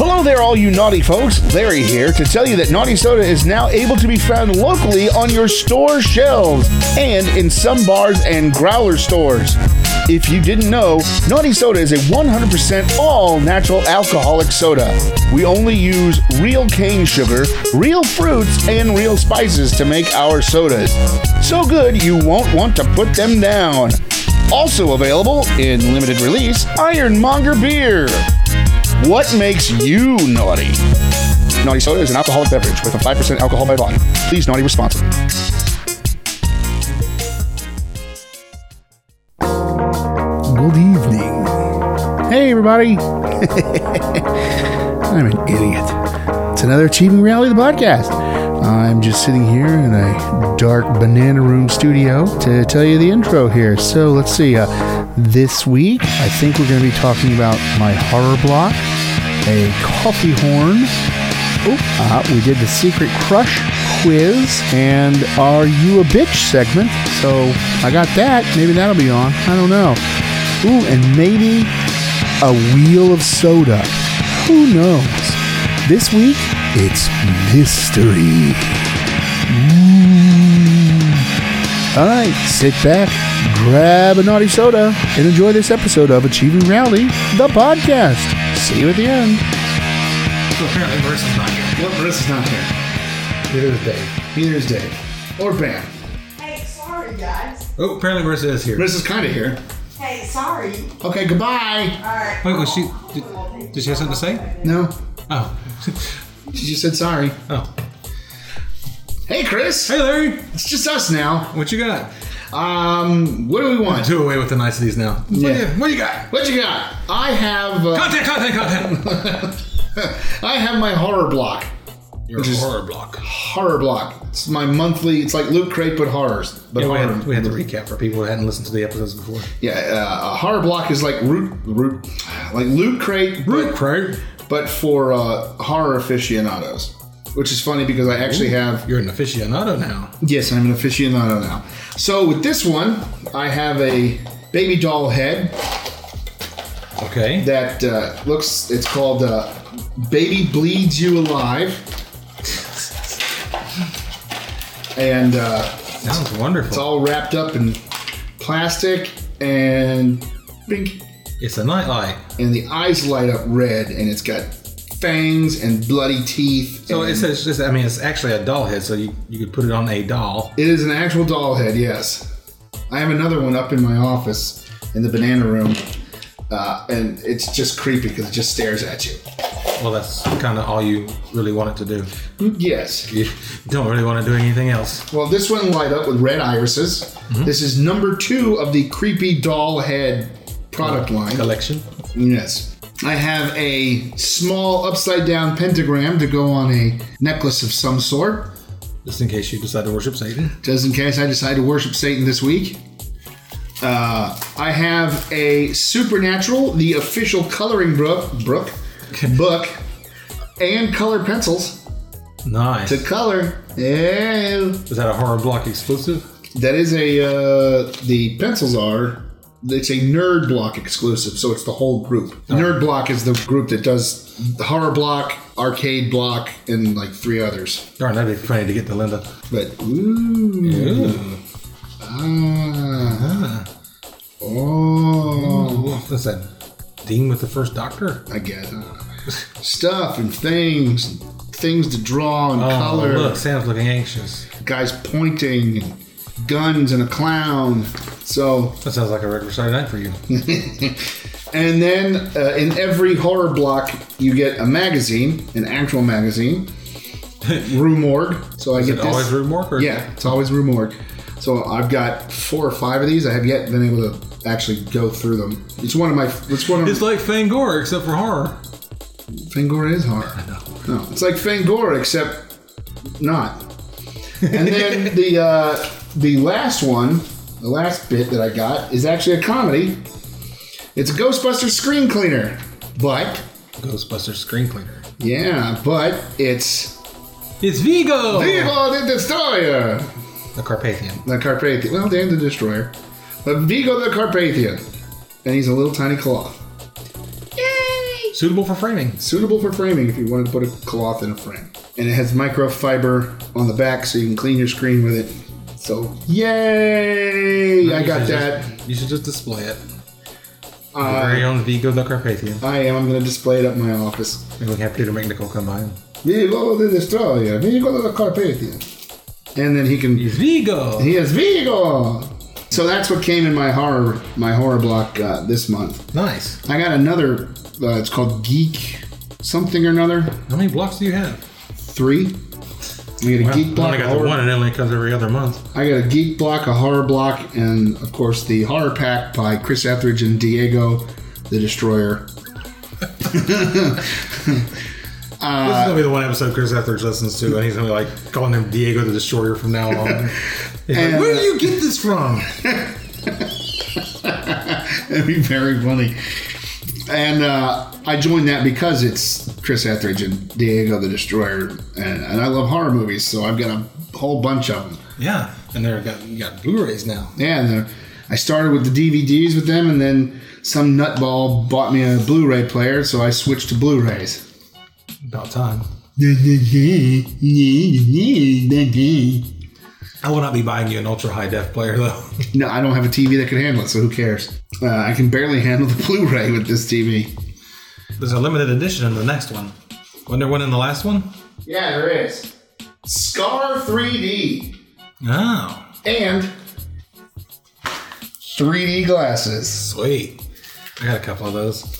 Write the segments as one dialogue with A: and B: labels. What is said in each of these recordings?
A: Hello there, all you naughty folks. Larry here to tell you that Naughty Soda is now able to be found locally on your store shelves and in some bars and growler stores. If you didn't know, Naughty Soda is a 100% all natural alcoholic soda. We only use real cane sugar, real fruits, and real spices to make our sodas. So good, you won't want to put them down. Also available in limited release, Ironmonger Beer. What makes you naughty? Naughty soda is an alcoholic beverage with a 5% alcohol by volume. Please naughty responsibly.
B: Good evening. Hey, everybody. I'm an idiot. It's another Achieving Reality, the podcast. I'm just sitting here in a dark banana room studio to tell you the intro here. So let's see. Uh, this week, I think we're going to be talking about my horror block, a coffee horn. Oh, uh, we did the Secret Crush quiz and Are You a Bitch segment. So I got that. Maybe that'll be on. I don't know. Ooh, and maybe a wheel of soda. Who knows? This week, it's mystery. Mm. All right, sit back, grab a naughty soda, and enjoy this episode of Achieving Reality, the podcast. See you at the end.
C: So apparently Marissa's not here.
B: Nope, Marissa's not here. Neither is Dave. Neither is Dave. Or Bam.
D: Hey, sorry guys.
C: Oh, apparently Marissa is here.
B: Marissa's kind of here.
D: Hey, sorry.
B: Okay, goodbye.
D: Alright.
C: Wait, was she? Did, did she have something to say?
B: No,
C: Oh,
B: she just said sorry.
C: oh.
B: Hey, Chris.
C: Hey, Larry,
B: It's just us now.
C: what you got?
B: Um, what do we want?
C: Do away with the niceties now. What, do you,
B: Yeah.
C: what do you got?
B: What you got? I have. Uh,
C: Content, content, content.
B: I have my horror block.
C: Your
B: Which is-
C: horror block.
B: Horror block. It's my monthly. It's like Loot Crate, but horrors. But
C: we,
B: horror.
C: had, we had to recap for people who hadn't listened to the episodes before.
B: yeah, uh, a horror block is like root, root, like Loot Crate,
C: Root
B: but,
C: crate.
B: but for uh, horror aficionados. Which is funny because I actually have.
C: You're an aficionado now.
B: Yes, I'm an aficionado now. So with this one, I have a baby doll head
C: Okay.
B: that uh, looks. It's called uh, "Baby Bleeds You Alive," and. Uh,
C: Sounds
B: It's
C: wonderful.
B: all wrapped up in plastic and pink,
C: It's a nightlight.
B: and the eyes light up red, and it's got fangs and bloody teeth.
C: So
B: and
C: it says, it's- I mean, it's actually a doll head, so you, you could put it on a doll.
B: it is an actual doll head. Yes, I have another one up in my office in the banana room, uh, and it's just creepy because it just stares at you.
C: Well, that's kind of all you really want it to do.
B: Yes.
C: You don't really want to do anything else.
B: Well, this one light up with red irises. This is number two of the creepy doll head product line.
C: Collection.
B: Yes. I have a small upside down pentagram to go on a necklace of some sort,
C: Just in case you decide to worship Satan.
B: just in case I decide to worship Satan this week. Uh, I have a Supernatural, the official coloring book, brook, book, and color pencils
C: Nice.
B: to color. Yeah,
C: Is that a horror block exclusive?
B: that is a uh, the pencils are. It's a Nerd Block exclusive, so it's the whole group. Nerd Block is the group that does the horror block, arcade block, and like three others.
C: Darn, that'd be funny to get to Linda.
B: But ooh,
C: Ooh.
B: ah,
C: Ah.
B: oh,
C: What's that? Dean with the first doctor?
B: I get uh, stuff and things, things to draw and
C: Oh,
B: color.
C: look, Sam's looking anxious.
B: Guys pointing, and guns and a clown. So
C: That sounds like a regular Saturday night for you.
B: And then uh, in every horror block, you get a magazine, an actual magazine, Rue Morgue. So I get
C: Is it
B: this.
C: always room work? Or?
B: Yeah, it's always Rue Morgue. So I've got four or five of these. I have yet been able to actually go through them. It's one of my. It's one of
C: It's like Fangor, except for horror.
B: Fangora is horror. No, it's like Fangora except not. And then the uh, the last one, the last bit that I got is actually a comedy. It's a Ghostbuster screen cleaner, but
C: Ghostbuster screen cleaner.
B: Yeah, but it's
C: It's Vigo!
B: Viva the Destroyer,
C: The Carpathian.
B: the Carpathian. Well, and the Destroyer, Vigo the Carpathian. And he's a little tiny cloth.
C: Suitable for framing.
B: Suitable for framing if you wanted to put a cloth in a frame. And it has microfiber on the back so you can clean your screen with it. So, yay! I
C: You
B: got
C: should
B: that.
C: just- you should just display it. Your
B: Uh,
C: very own Vigo the Carpathian.
B: I am. I'm going to display it up in my office.
C: Maybe we can have Peter McNichol come by. and-
B: Vigo de Destroyer. Vigo the Carpathian. And then he can.
C: He's Vigo!
B: He is Vigo! So that's what came in my horror my horror block uh, this month.
C: Nice.
B: I got another. Uh, it's called Geek something or another.
C: How many blocks do you have?
B: Three. I got a
C: Well,
B: geek
C: I
B: block. a
C: only got the
B: horror-
C: one and it only comes every other month.
B: I got a geek block, a horror block, and of course the horror pack by Chris Etheridge and Diego, the Destroyer.
C: This is gonna be the one episode Chris Etheridge listens to, and he's gonna be like calling him Diego the Destroyer from now on. He's like,
B: And-
C: Where do you get this from?
B: That'd be very funny. And uh, I joined that because it's Chris Etheridge and Diego the Destroyer, and, and I love horror movies, so I've got a whole bunch of them.
C: yeah, and there got you got Blu-rays now.
B: Yeah, and uh, I started with the DVDs with them, and then some nutball bought me a Blu-ray player, so I switched to Blu-rays.
C: About time.
B: No,
C: I will not be buying you an ultra high def player though.
B: I don't have a TV that can handle it, so who cares? Uh, I can barely handle the Blu-ray with this TV.
C: There's a limited edition in the next one. Wasn't there one in the last one?
B: Yeah, there is. Scar 3D
C: Oh,
B: and 3D glasses.
C: sweet. I got a couple of those.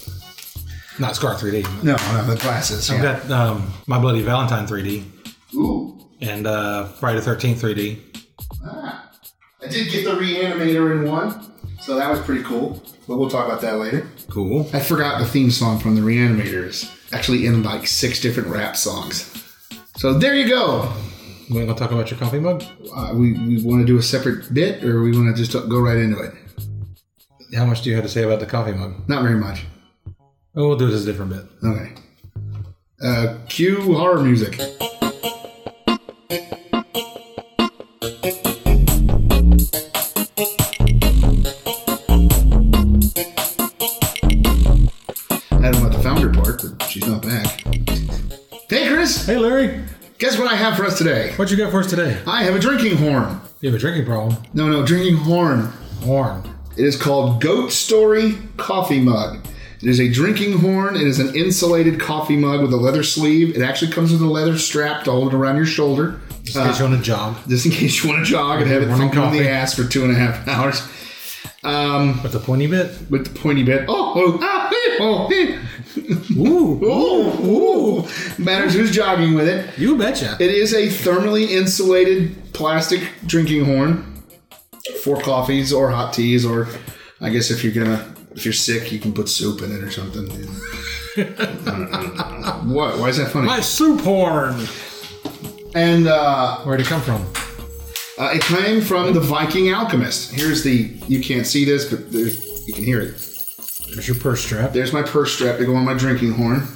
C: Not Scar 3D. but-
B: No, no, the glasses.
C: I've
B: Yeah.
C: got um, My Bloody Valentine 3D
B: Ooh.
C: and uh, Friday the 13th 3D.
B: Ah. I did get the reanimator in one, so that was pretty cool. But we'll talk about that later.
C: Cool.
B: I forgot the theme song from the Reanimators. Actually, in like six different rap songs. So there you go.
C: We gonna talk about your coffee mug?
B: Uh, we we want to do a separate bit, or we want to just go right into it.
C: How much do you have to say about the coffee mug?
B: Not very much.
C: Oh, we'll do it as a different bit.
B: Okay. Uh, cue horror music. I don't know about the founder part, but she's not back. Hey, Chris!
C: Hey, Larry,
B: Guess what I have for us today?
C: what you got for us today?
B: I have a drinking horn.
C: You have a drinking problem.
B: No, no, drinking horn.
C: Horn.
B: It is called Goat Story Coffee Mug. It is a drinking horn. It is an insulated coffee mug with a leather sleeve. It actually comes with a leather strap to hold it around your shoulder,
C: Just in case you on a job.
B: just in case you want to jog and have it
C: Running
B: thump on the
C: coffee.
B: ass for two and a half hours
C: With the pointy bit.
B: with the pointy bit. Oh, oh, ah, eh, oh, eh.
C: Ooh.
B: Ooh, ooh. Matters who's jogging with it.
C: You betcha.
B: It is a thermally insulated plastic drinking horn for coffees or hot teas, or I guess if you're gonna if you're sick, you can put soup in it or something. what? Why is that funny?
C: My soup horn.
B: And uh,
C: Where'd it come from?
B: uh, it came from the Viking alchemist. Here's the you can't see this, but there's, you can hear it.
C: There's your purse strap.
B: There's my purse strap to go on my drinking horn.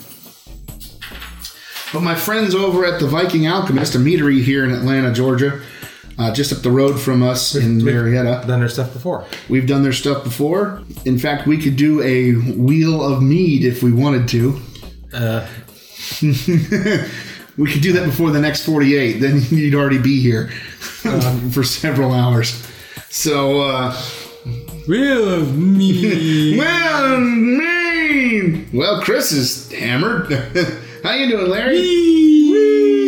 B: But my friends over at the Viking Alchemist, a meadery here in Atlanta, Georgia, uh, just up the road from us in Marietta.
C: I've done their stuff before.
B: We've done their stuff before. In fact, we could do a wheel of mead if we wanted to.
C: Uh,
B: We could do that before the next 48. Then you'd already be here for several hours. So, uh,
C: real me.
B: well, mean. Well, Chris is hammered. How you doing, Larry?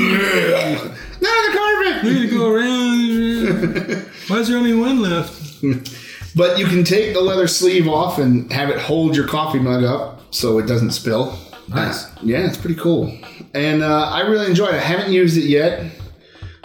B: Not on the carpet.
C: Way to go around. Why is there only one left?
B: But you can take the leather sleeve off and have it hold your coffee mug up so it doesn't spill.
C: Nice.
B: Yeah, it's pretty cool. And uh, I really enjoyed it. I haven't used it yet.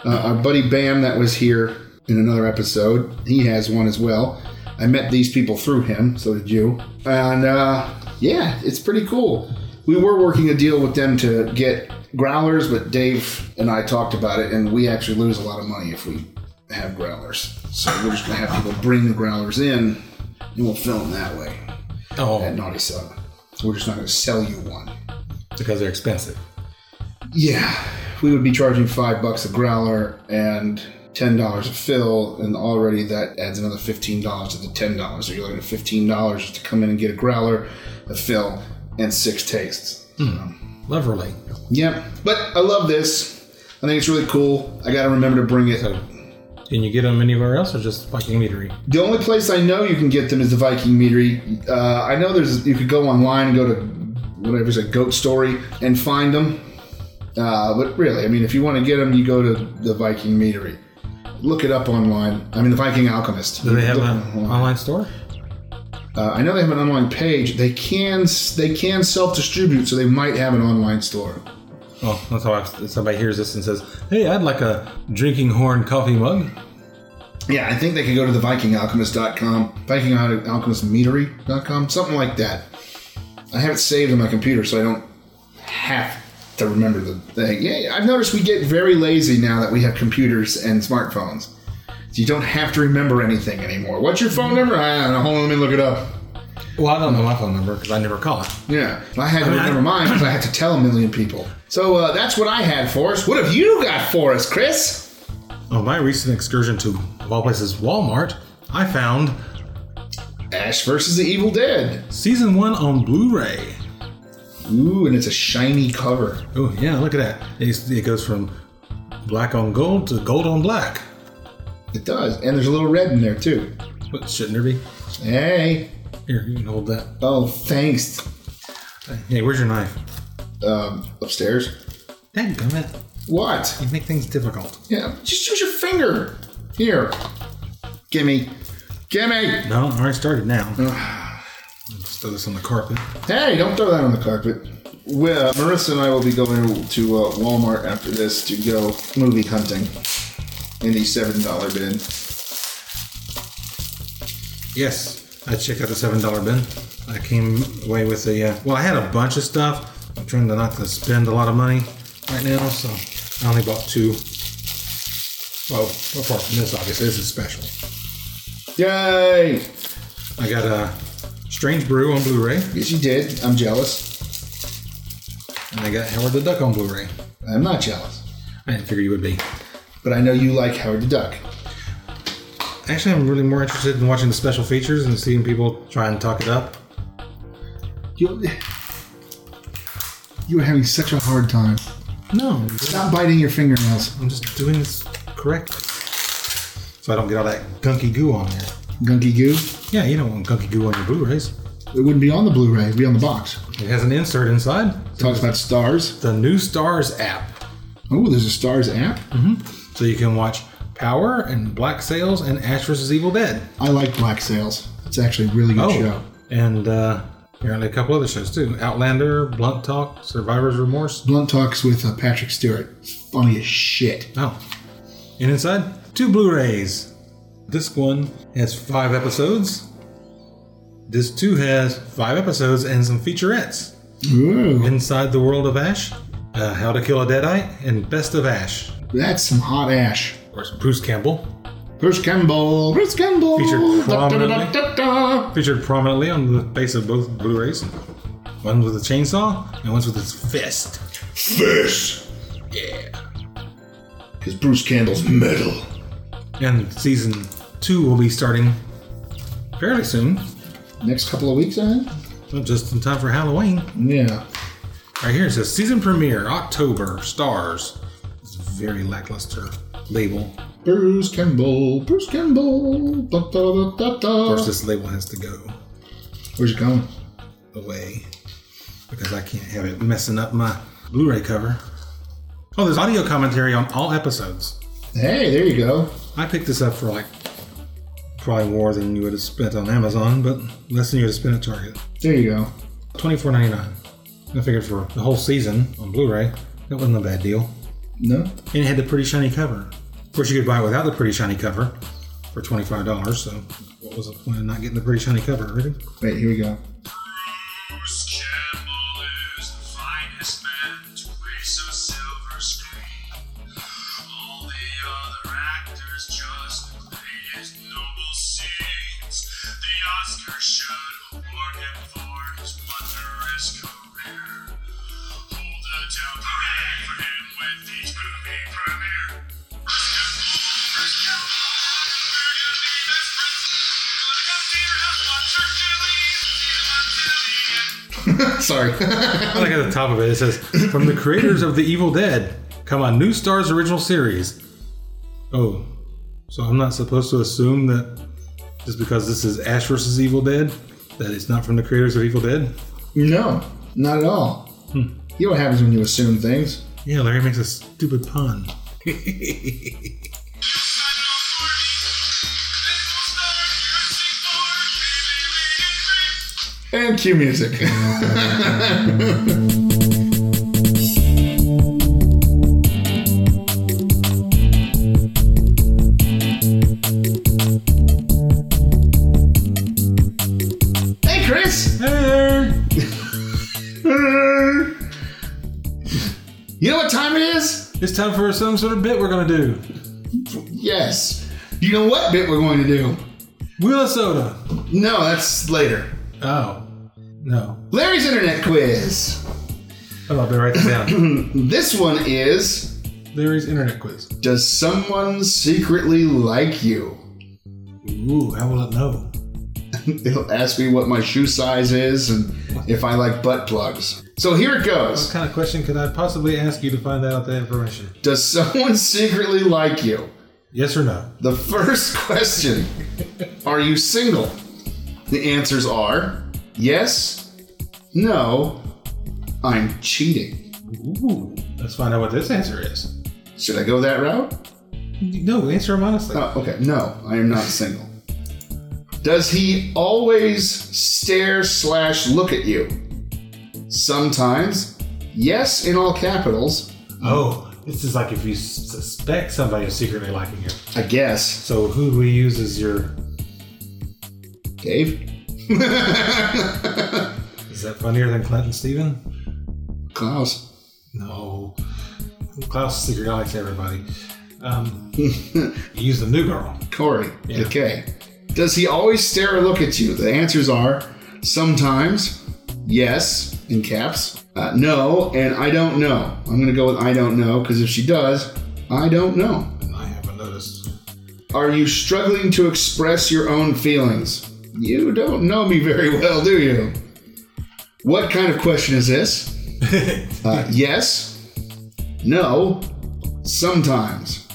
B: Uh, our buddy Bam, that was here in another episode, he has one as well. I met these people through him, so did you. And uh, yeah, it's pretty cool. We were working a deal with them to get growlers, but Dave and I talked about it, and we actually lose a lot of money if we have growlers. So we're just going to have people bring the growlers in, and we'll film that way at
C: Oh,
B: Naughty Sub. We're just not going to sell you one.
C: because they're expensive.
B: Yeah, we would be charging five bucks a growler, and ten dollars to fill, and already that adds another fifteen dollars to the ten dollars. So you're looking at fifteen dollars to come in and get a growler, a fill, and six tastes.
C: Leverly.
B: Yep. But I love this. I think it's really cool. I gotta remember to bring it.
C: Can you get them anywhere else or just Viking Meadery?
B: The only place I know you can get them is the Viking Meadery. Uh, I know there's you could go online and go to whatever it's a Goat Story and find them. Uh, but really, I mean, if you want to get them, you go to the Viking Meadery. Look it up online. I mean, the Viking Alchemist.
C: Do they have
B: Look
C: an
B: online.
C: online store?
B: Uh, I know they have an online page. They can they can self distribute, so they might have an online store.
C: Oh, that's how I, somebody hears this and says, "Hey, I'd like a drinking horn coffee mug."
B: Yeah, I think they could go to the VikingAlchemist.com, VikingAlchemistMeadery.com, something like that. I have it saved on my computer, so I don't have to remember the thing. Yeah, I've noticed we get very lazy now that we have computers and smartphones. So you don't have to remember anything anymore. What's your phone number? I don't know. Hold on, let me look it up.
C: Well, I don't know my phone number because I never call it.
B: Yeah, I had to
C: mean, I-
B: remember mine because I had to tell a million people. So uh, that's what I had for us. What have you got for us, Chris?
C: On Oh, my recent excursion to, of all places, Walmart, I found
B: Ash versus the Evil Dead.
C: season one on Blu-ray.
B: Ooh, and it's a shiny cover.
C: Oh yeah, look at that. It's, it goes from black on gold to gold on black.
B: It does, and there's a little red in there too.
C: What shouldn't there be?
B: Hey,
C: Here, you can hold that.
B: oh thanks.
C: Hey, where's your knife?
B: Um, upstairs.
C: Dang it!
B: What?
C: You make things difficult.
B: Yeah, just use your finger. Here, gimme, gimme.
C: No, I already started now. Just throw this on the carpet.
B: Hey, don't throw that on the carpet. Well, Marissa and I will be going to uh, Walmart after this to go movie hunting in the seven dollar bin.
C: Yes, I checked out the seven dollar bin. I came away with a uh, well. I had a bunch of stuff. I'm trying to not to spend a lot of money right now, so I only bought two. Well, apart from this, obviously, this is special.
B: Yay!
C: I got a Strange Brew on Blu-ray,
B: Yes, you did. I'm jealous.
C: and I got Howard the Duck on Blu-ray.
B: I'm not jealous,
C: I didn't figure you would be.
B: but I know you like Howard the Duck.
C: Actually, I'm really more interested in watching the special features and seeing people try and talk it up.
B: You, you are having such a hard time.
C: No,
B: Stop biting your fingernails.
C: I'm just doing this correctly, so I don't get all that gunky goo on there.
B: Gunky goo.
C: Yeah, you don't want gunky goo on your Blu-rays.
B: It wouldn't be on the Blu-ray. It'd be on the box.
C: It has an insert inside.
B: Talks about stars.
C: The New Stars app.
B: Oh, there's a stars app.
C: So you can watch Power and Black Sails and Ash vs. Evil Dead. Oh,
B: I like Black Sails. It's actually a really good show.
C: and uh, apparently a couple other shows too Outlander, Blunt Talk, Survivor's Remorse.
B: Blunt talks with uh, Patrick Stewart. Funny as shit.
C: Oh. And inside, two Blu rays. This one has five episodes. This too has five episodes and some featurettes.
B: Ooh,
C: Inside the World of Ash, uh, How to Kill a Deadeye, and Best of Ash.
B: that's some hot ash.
C: Of course, Bruce Campbell,
B: Bruce Campbell. Bruce Campbell.
C: Featured
B: Da, da, da, da, da.
C: featured prominently on the face of both Blu-rays. One with a chainsaw and one's with his fist.
B: Fist.
C: Yeah.
B: Because Bruce Campbell's metal.
C: And season two will be starting fairly soon,
B: Next couple of weeks, I think.
C: so just in time for Halloween.
B: Yeah.
C: Right here it says season premiere October stars. It's a very lackluster label.
B: Bruce Campbell, Bruce Campbell. Da, da, da, da, da.
C: Of course, this label has to go
B: Where's it going?
C: away because I can't have it messing up my Blu-ray cover. Oh, there's audio commentary on all episodes.
B: Hey, there you go.
C: I picked this up for like probably more than you would have spent on Amazon, but less than you would have spent at Target.
B: There you go.
C: Twenty four ninety nine. I figured for the whole season on Blu-ray, that wasn't a bad deal.
B: No?
C: And it had the pretty shiny cover. Of course, you could buy it without the pretty shiny cover for twenty five dollars. So what was the point of not getting the pretty shiny cover? Really?
B: Wait, here we go.
E: Bruce Campbell is the finest man to grace a silver screen. All the other actors just played his noble scenes. The Oscar should award him for his wondrous career. Hold a down parade for him with each movie premiere. Bruce Campbell, Bruce
B: Sorry.
C: I like at the top of it, it says, "From the creators of The Evil Dead, come on, New Star's original series." Oh, so I'm not supposed to assume that just because this is Ash versus Evil Dead, that it's not from the creators of Evil Dead.
B: no, not at all. You know what happens when you assume things.
C: Yeah, Larry makes a stupid pun.
B: And cue music. hey, Chris. you know what time it is?
C: It's time for some sort of bit we're gonna do.
B: Yes. You know what bit we're going to do?
C: Wheel of soda.
B: No, that's later.
C: Oh, no.
B: Larry's internet quiz.
C: Oh, I'll be right down.
B: This one is
C: Larry's internet quiz.
B: Does someone secretly like you?
C: Ooh, how will it know?
B: They'll ask me what my shoe size is and if I like butt plugs. So here it
C: What
B: goes.
C: kind of question could I possibly ask you to find out that information?
B: Does someone secretly like you?
C: Yes or no?
B: The first question Are you single? The answers are yes, no, I'm cheating.
C: Ooh, let's find out what this answer is.
B: Should I go that route?
C: No, answer him honestly.
B: Oh, okay. No, I am not single. Does he always stare slash look at you? Sometimes. Yes, in all capitals.
C: Oh, this is like if you suspect somebody is secretly liking you.
B: I guess.
C: So who do we use as your?
B: Dave?
C: Is that funnier than Clint and Steven?
B: Klaus.
C: No, Klaus secretly likes everybody. Um, use the new girl.
B: Corey.
C: Yeah.
B: Okay. Does he always stare or look at you? The answers are sometimes, yes, in caps, uh, no, and I don't know. I'm going to go with I don't know because if she does, I don't know.
C: I haven't noticed.
B: Are you struggling to express your own feelings? You don't know me very well, do you? What kind of question is this? Uh, yes, no, sometimes.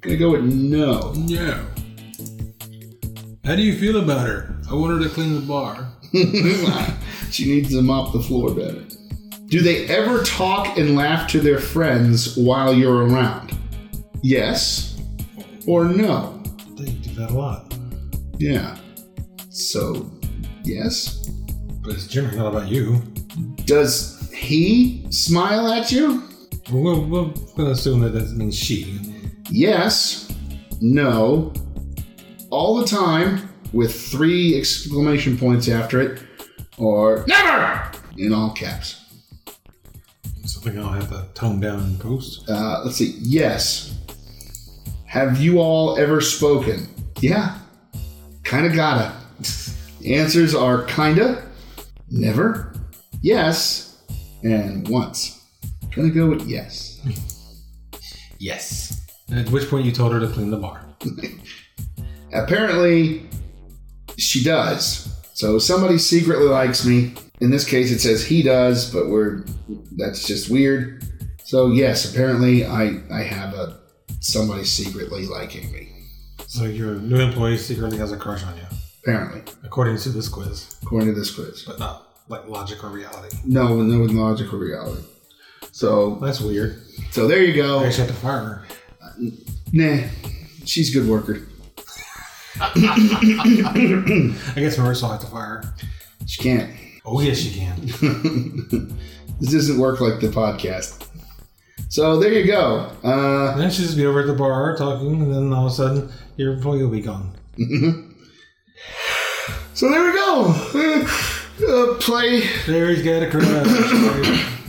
B: gonna go with no.
C: Yeah. How do you feel about her? I want her to clean the bar.
B: she needs to mop the floor better. Do they ever talk and laugh to their friends while you're around? Yes or no?
C: They do that a lot,
B: Yeah. So, yes.
C: but it's generally not about you.
B: Does he smile at you?
C: We're, we're gonna assume that that means she.
B: Yes, no, all the time, with three exclamation points after it, or never in all caps.
C: Something I'll have to tone down and post.
B: Uh, let's see. Yes. Have you all ever spoken? Yeah. Kinda gotta. The answers are kinda, never, yes, and once. Gonna go with yes.
C: Yes. At which point you told her to clean the bar.
B: apparently she does so somebody secretly likes me in this case it says he does but we're that's just weird so yes apparently i i have a somebody secretly liking me
C: So your new employee secretly has a crush on you,
B: apparently
C: according to this quiz,
B: according to this quiz
C: but not like logic or reality.
B: no no logical reality so
C: That's weird.
B: so there you
C: I
B: go
C: actually have to fire her.
B: nah she's a good worker
C: I guess Marissa will have to fire her.
B: she can't
C: Oh yes, she can.
B: this doesn't work like the podcast so there you go uh
C: And then she'll just be over at the bar talking, and then all of a sudden your employee will be gone.
B: So there we go. Uh, uh, play
C: Larry's got a crush.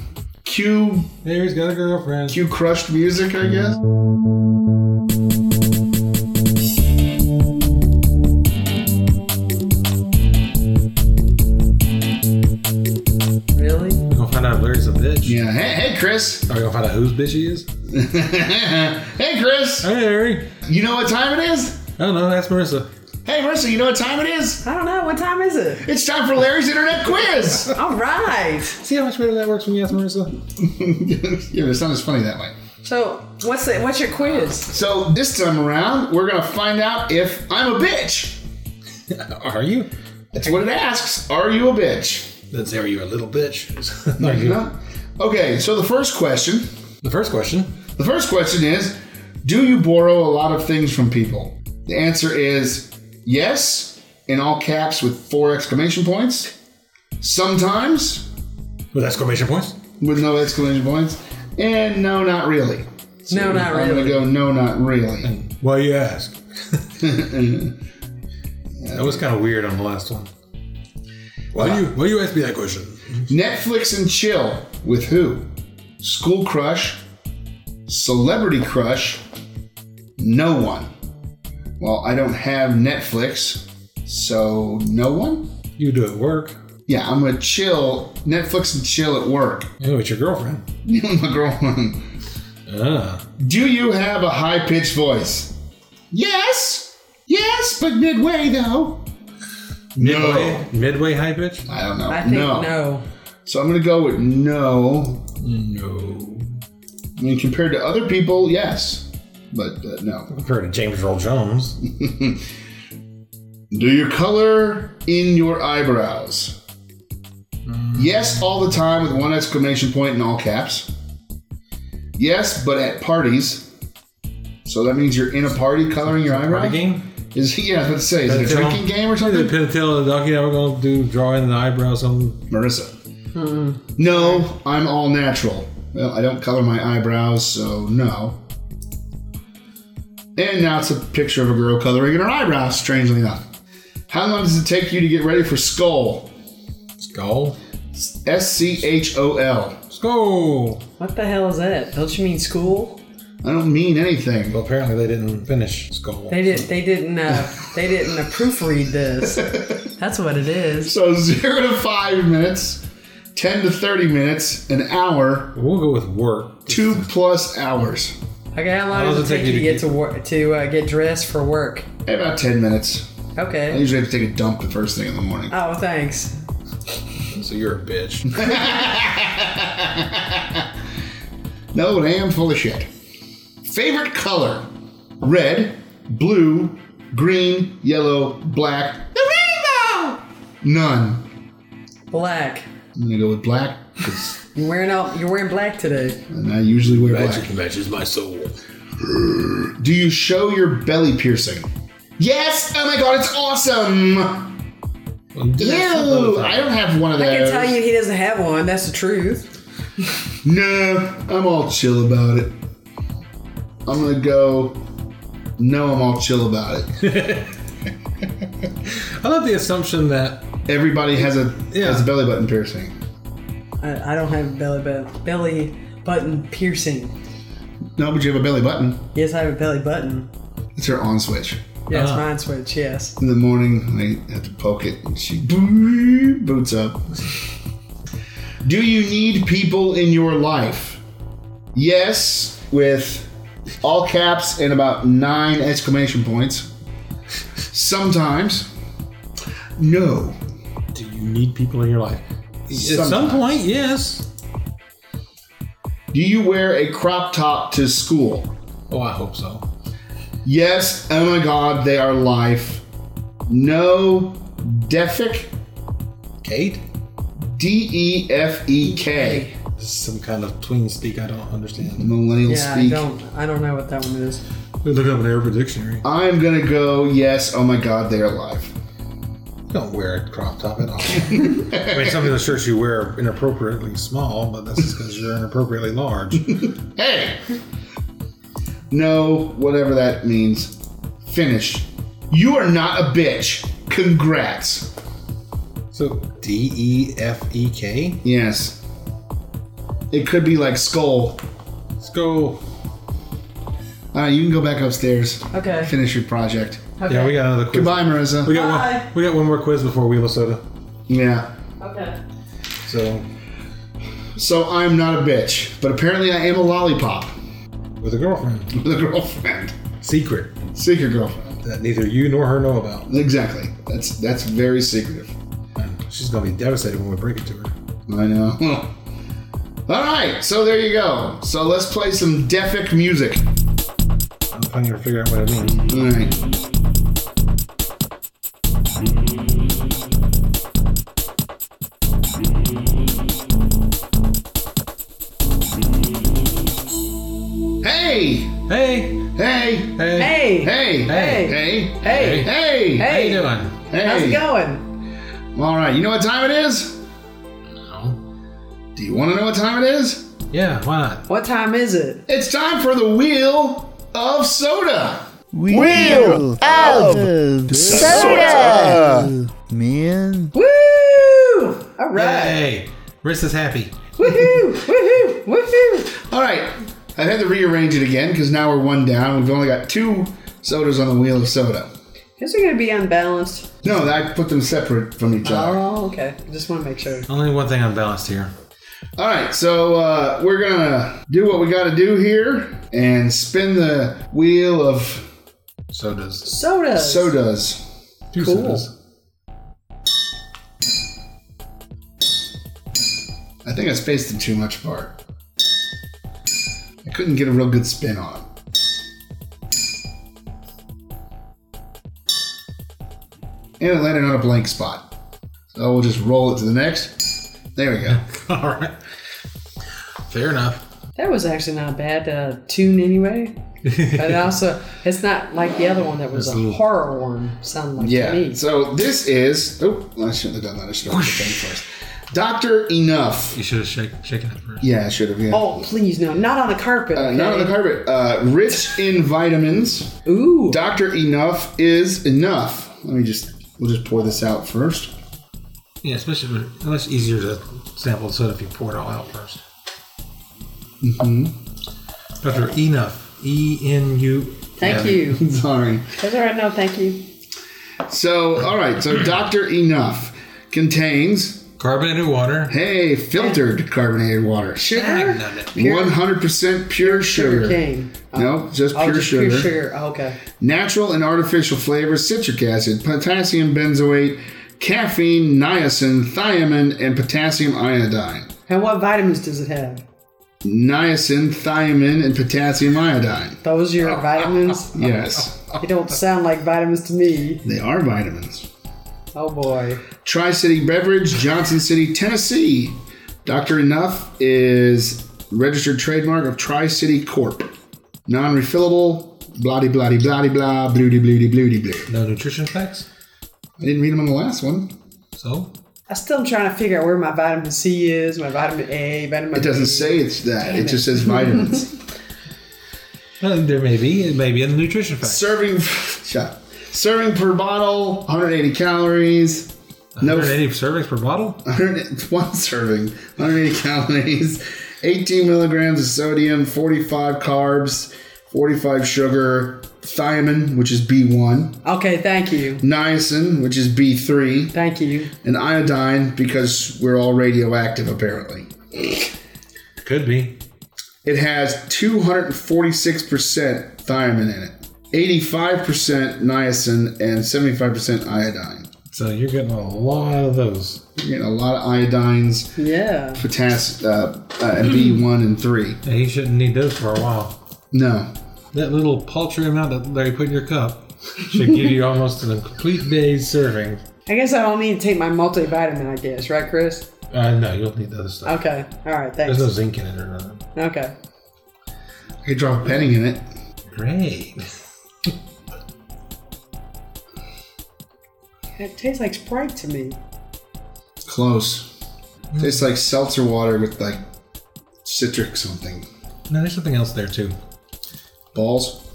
B: Q
C: Larry's got a girlfriend.
B: Q crushed music, I guess.
C: We're gonna find out if Larry's a bitch.
B: Yeah. Hey, hey, Chris.
C: Are we gonna find out whose bitch she is?
B: hey, Chris.
C: Hey Larry.
B: You know what time it is?
C: I don't know. That's Marissa.
B: Hey, Marissa, you know what time it is?
D: I don't know. What time is it?
B: It's time for Larry's Internet Quiz!
D: All right.
C: See how much better that works when you ask Marissa?
B: yeah, but it's not as funny that way.
D: So what's the, what's your quiz?
B: So this time around, we're gonna find out if I'm a bitch.
C: Are you?
B: That's what it asks. Are you a bitch?
C: That's are you a little bitch? Are
B: You know? Okay, so the first question.
C: The first question.
B: The first question is, do you borrow a lot of things from people? The answer is yes, in all caps with four exclamation points. Sometimes
C: With exclamation points.
B: with no exclamation points, and no, not really.
D: No, not
B: I'm gonna
D: really.
B: go no, not really.
C: Why you ask? that was kind of weird on the last one. Why do you Why do you ask me that question?
B: Netflix and chill with who? School crush, celebrity crush, no one. Well, I don't have Netflix, so no one.
C: You do it work.
B: Yeah, I'm gonna chill Netflix and chill at work.
C: You know, it's your girlfriend.
B: My girl.
C: Ah.
B: Do you have a high pitched voice? Yes. Yes, but midway though. No.
C: Midway, midway high pitch.
B: I don't know.
D: I think
B: no.
D: no.
B: So I'm gonna go with no.
C: No.
B: I mean, compared to other people, yes, but uh, no.
C: Compared to James Earl Jones.
B: Do you color in your eyebrows? Yes, all the time with one exclamation point in all caps. Yes, but at parties. So that means you're in a party coloring your eyebrows?
C: Party game.
B: Is yeah, I was about to say, is it a drinking game or
C: The
B: something?
C: pentail of the donkey. We're gonna do draw in the eyebrows. Something.
B: Marissa. No, I'm all natural. Well, I don't color my eyebrows, so no. And now it's a picture of a girl coloring in her eyebrows, strangely enough. How long does it take you to get ready for skull?
C: Skull.
B: S C H O L.
C: Skull.
D: What the hell is that? Don't you mean school?
B: I don't mean anything.
C: Well, apparently they didn't finish skull.
D: They did. They didn't. Uh, they didn't uh, proofread this. That's what it is.
B: So zero to five minutes, ten to thirty minutes, an hour,
C: We'll go with work.
B: two plus hours.
D: Okay, how
C: How
D: long does it take you to get to work to uh, get dressed for work?
B: About ten minutes. I
D: Okay.
B: usually have to take a dump the first thing in the morning.
D: Oh, thanks.
C: So you're a bitch.
B: No, but I am full of shit. Favorite color? Red, blue, green, yellow, black. The rainbow! None.
D: Black.
B: I'm gonna go with black, because
D: You're wearing all. You're wearing black today.
B: I usually wear black.
C: matches my soul.
B: Do you show your belly piercing? Yes! Oh my god, it's awesome! Ew! I don't have one of
D: I
B: those.
D: can tell you he doesn't have one. That's the truth.
B: No, I'm all chill about it. I'm gonna go. No, I'm all chill about it.
C: I love the assumption that
B: Everybody has a
C: Yeah.
B: has a belly button piercing.
D: I, I don't have belly button. Belly button piercing.
B: No, but you have a belly button.
D: Yes, I have a belly button.
B: It's her on switch.
D: Yeah, it's
C: Ah.
D: mine switch. Yes.
B: In the morning, I have to poke it, and she boo- boots up. Do you need people in your life? Yes, with all caps and about nine exclamation points. Sometimes. No.
C: do you need people in your life? At some
B: Sometimes.
C: point, yes.
B: Do you wear a crop top to school?
C: Oh, I hope so.
B: Yes. Oh my God, they are life. No. Defic.
C: Kate?
B: D E F E K.
C: This is some kind of tween speak I don't understand.
B: Millennial
D: Yeah, I
B: speak.
D: don't. I don't know what that one is.
C: We look up an urban dictionary.
B: I'm gonna go yes. Oh my God, they are live.
C: Don't wear a crop top at all. I mean, some of the shirts you wear are inappropriately small, but that's just because you're inappropriately large.
B: Hey, no, whatever that means. Finish. You are not a bitch. Congrats.
C: So D E F E K?
B: Yes. It could be like skull.
C: Let's go.
B: All right, you can go back upstairs.
D: Okay.
B: Finish your project.
D: Okay.
C: Yeah, we got another quiz.
B: Goodbye,
C: We
B: Marissa.
C: got
D: Bye.
C: one. We got one more quiz before Wheel of Soda.
B: Yeah.
D: Okay.
C: So
B: So I'm not a bitch, but apparently I am a lollipop
C: with a girlfriend,
B: with a girlfriend,
C: secret.
B: secret girlfriend.
C: that neither you nor her know about.
B: Exactly. That's that's very secretive.
C: She's gonna be devastated when we break it to her.
B: I know. All right, so there you go. So let's play some Defic music.
C: I'm trying to figure out what it means.
B: All right. Hey!
C: Hey,
B: Hey!
C: hey,
D: Hey,
B: Hey!
C: Hey.
B: Hey!
D: hey,
B: Hey!
C: how
D: hey,
C: you doing?
B: Hey!
D: how's it going?
B: All right, you know what time it is?
C: No.
B: Do you want to know what time it is?
C: Yeah, why not?
D: What time is it?
B: It's time for the Wheel of Soda!
A: Wheel
F: of soda. Man,
D: Woo! All right.
C: Hey, Riss is happy.
D: Woohoo! Woohoo! Woohoo!
B: All right, I've had to rearrange it again because now we're one down. We've only got two sodas on the Wheel of Soda.
D: Guess we're gonna be unbalanced.
B: No, I put them separate from each other.
D: Oh, okay. Just want to make sure.
C: Only one thing unbalanced here.
B: All right, so uh, we're gonna do what we got to do here and spin the wheel of
C: So does
D: Soda.
B: sodas.
C: two
D: Cool.
C: sodas.
B: I think I spaced it too much apart. I couldn't get a real good spin on. it. And it landed on a blank spot. So we'll just roll it to the next. There we go.
C: All right. Fair enough.
D: That was actually not a bad uh, tune anyway. but also, it's not like the other one that was a horror one. Sounded like to
B: Yeah.
D: me.
B: So this is. Oh, I shouldn't have done that. I should have done the thing first. Doctor Enough.
C: You should have shake, shaken it first.
B: Yeah, I should have. Yeah.
D: oh, please no, not on the carpet.
B: Uh, not on the
D: okay?
B: carpet. Uh, rich in vitamins.
D: Ooh,
B: Doctor Enough is enough. Let me just. We'll just pour this out first.
C: Yeah, especially when it's much easier to sample the soda if you pour it all out first. Mm-hmm. Doctor Enough. E N U.
D: thank you.
B: Sorry.
D: That's all right. No, thank you.
B: So all right. So Doctor Enough contains
C: Carbonated water.
B: hey filtered carbonated water,
D: Sugar?
B: one hundred percent pure sugar.
D: cane.
B: No, just
D: Oh,
B: pure
D: just
B: sugar.
D: pure sugar. Oh, okay.
B: natural and artificial flavors, citric acid, potassium benzoate, caffeine, niacin, thiamine, and potassium iodine.
D: And what vitamins does it have?
B: Niacin, thiamine, and potassium iodine.
D: Those your vitamins?
B: Yes,
D: They don't sound like vitamins to me.
B: they are vitamins.
D: Oh boy.
B: Tri City Beverage, Johnson City, Tennessee. Dr. Enough is registered trademark of Tri City Corp. Non refillable, blah de blah de blah de blah, blue de blue de blue de blue.
C: No nutrition facts.
B: I didn't read them on the last one.
C: So
D: I still am trying to figure out where my vitamin C is, my vitamin A, vitamin
B: It doesn't
D: B.
B: say it's that, it just says vitamins.
C: well, there may be. It may be in the nutrition facts.
B: serving shut up. serving per bottle 180 calories no
C: 180 servings per bottle.
B: 100 one serving 180 calories 18 milligrams of sodium 45 carbs 45 sugar thiamine which is b1
D: Okay, thank you.
B: niacin which is b3
D: Thank you.
B: and iodine because we're all radioactive apparently
C: Could be.
B: it has 246% thiamine in it 85% niacin and 75% iodine
C: So you're getting a lot of those.
B: You're getting a lot of iodines
D: Yeah.
B: potassium, uh, uh, and B1 and 3.
C: Yeah, you shouldn't need those for a while.
B: No.
C: That little paltry amount that, that you put in your cup should give you almost a complete day's serving.
D: I guess I don't need to take my multivitamin, I guess, right, Chris?
C: Uh, no, you'll need the other stuff.
D: Okay. All right,
C: There's
D: thanks.
C: no zinc in it or nothing.
D: Okay.
B: I could drop a penny in it.
C: Great.
D: It tastes like Sprite to me.
B: Close. Tastes like seltzer water with like citric something.
C: No, there's something else there too.
B: Balls?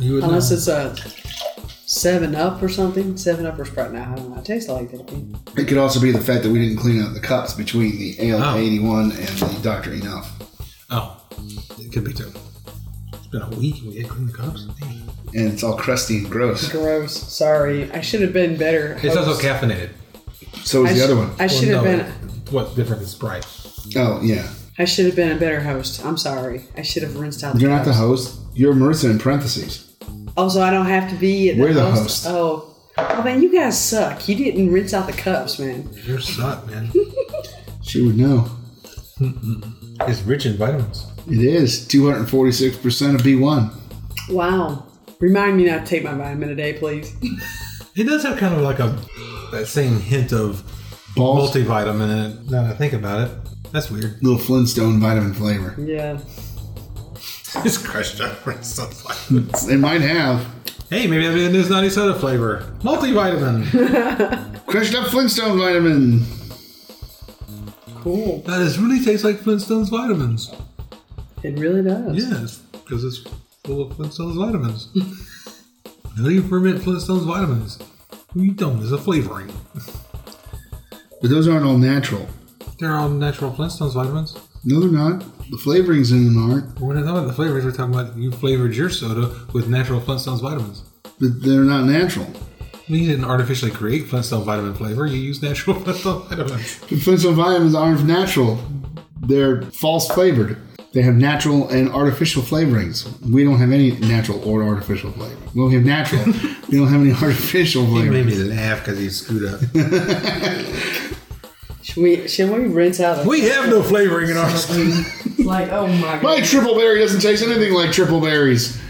C: You would
D: Unless
C: know.
D: it's a 7 Up or something. 7 Up or Sprite. No, I don't know. It tastes like that.
B: It could also be the fact that we didn't clean out the cups between the Ale
C: Oh.
B: 81 and the Dr. Enough.
C: Oh, it could be too. It's been a week and we didn't clean the cups.
D: Oh.
B: And it's all crusty and gross.
D: Gross. Sorry. I should have been better.
C: It's also
D: host.
C: caffeinated.
B: So
D: I
B: is the
D: sh-
B: other one.
D: I should have been.
C: What's different is Sprite.
B: Oh, yeah.
D: I should have been a better host. I'm sorry. I should have rinsed out.
B: You're not the
D: cups.
B: host. You're Marissa in parentheses.
D: Oh, so I don't have to be at
B: We're the host.
D: Oh. Oh man, you guys suck. You didn't rinse out the cups, man.
C: You're suck, man.
B: She would know.
C: It's rich in vitamins.
B: It is 246% of B1.
D: Wow. Remind me not to take my vitamin a day, please.
C: It does have kind of like a that same hint of
B: Balls,
C: multivitamin in it. Now that I think about it, that's weird.
B: little Flintstone vitamin flavor.
D: yeah.
C: It's crushed up for some vitamins.
B: It might have.
C: hey, maybe that'll be the new naughty soda flavor. Multivitamin.
B: Crushed up Flintstone vitamin.
D: Cool.
C: that is really tastes like Flintstones vitamins.
D: It really does.
C: Yes, because it's full of Flintstones vitamins. How do you ferment Flintstones vitamins? Well, You don't. It's a flavoring.
B: But those aren't all natural.
C: They're all natural Flintstones vitamins.
B: No, they're not. The flavorings in them aren't,
C: We're not talking about the flavors. We're talking about you flavored your soda with natural Flintstones vitamins.
B: but they're not natural.
C: You didn't artificially create Flintstone vitamin flavor. You used natural Flintstone vitamins.
B: But Flintstone vitamins aren't natural. They're false flavored. They have natural and artificial flavorings. We don't have any natural or artificial flavor. We only have natural. we don't have any artificial
C: You made me
B: flavor.
C: laugh because you screwed up.
D: Should we should we rinse out the
C: we have no flavoring in ours.
D: like oh my god.
B: My triple berry doesn't taste anything like triple berries.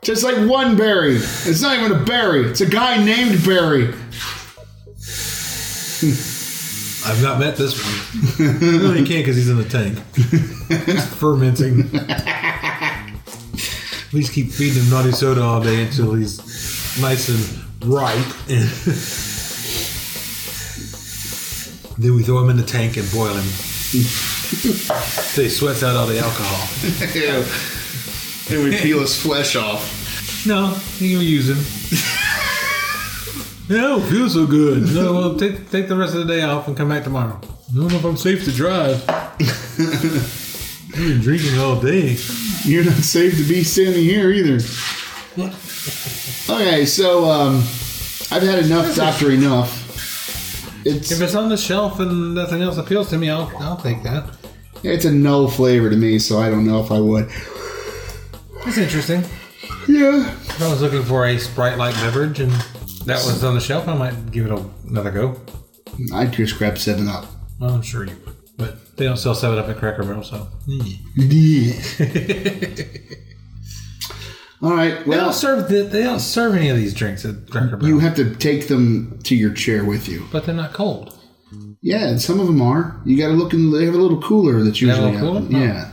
B: Tastes like one berry. It's not even a berry. It's a guy named Berry.
C: I've not met this one. no, you can't because he's in the tank. He's fermenting. we just keep feeding him naughty soda all day until he's nice and ripe. And then we throw him in the tank and boil him. so he sweats out all the alcohol.
B: Ew. It would peel his flesh off.
C: No, you use him. No, feels so good. No, well, take, take the rest of the day off and come back tomorrow. I don't know if I'm safe to drive. I've been drinking all day.
B: You're not safe to be standing here either. Okay, so um, I've had enough, Doctor Enough. It's
C: If it's on the shelf and nothing else appeals to me, I'll, I'll take that.
B: it's a no flavor to me, so I don't know if I would.
C: That's interesting.
B: Yeah,
C: If I was looking for a Sprite like beverage and that was on the shelf, I might give it a, another go.
B: I'd just grab Seven Up.
C: Well, I'm sure you would. But they don't sell 7 Up at Cracker Barrel, so.
B: All right,
C: They don't
B: well,
C: serve the, they don't serve any of these drinks at Cracker Barrel.
B: you have to take them to your chair with you.
C: but they're not cold.
B: Yeah, and some of them are. You got to look in. They have a little cooler that's
C: have a
B: usually.
C: little
B: out.
C: cooler?
B: Yeah,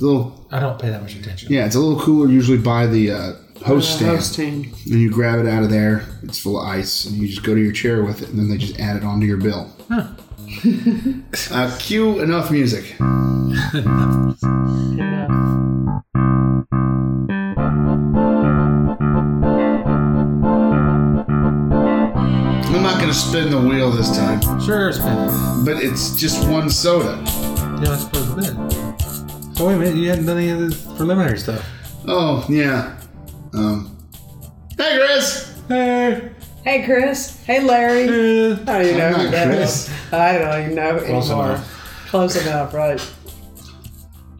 B: little.
C: I don't pay that much attention.
B: Yeah, it's a little cooler usually by the uh, host stand.
D: Hosting.
B: and you grab it out of there. It's full of ice, and you just go to your chair with it, and then they just add it onto your bill. uh, cue enough music. I'm not going to spin the wheel this time,
C: Sure, it's been.
B: but it's just one soda.
C: Yeah, I suppose it is. So wait a minute, you hadn't done any of the preliminary stuff.
B: Oh yeah. Um. Hey, Chris.
C: Hey,
D: Hey Chris. Hey Larry.
C: uh,
D: I don't even know
B: I'm
D: who
B: not
D: that
B: Chris.
D: is. I don't even know
C: Close
D: anymore.
C: enough.
D: Close enough, right.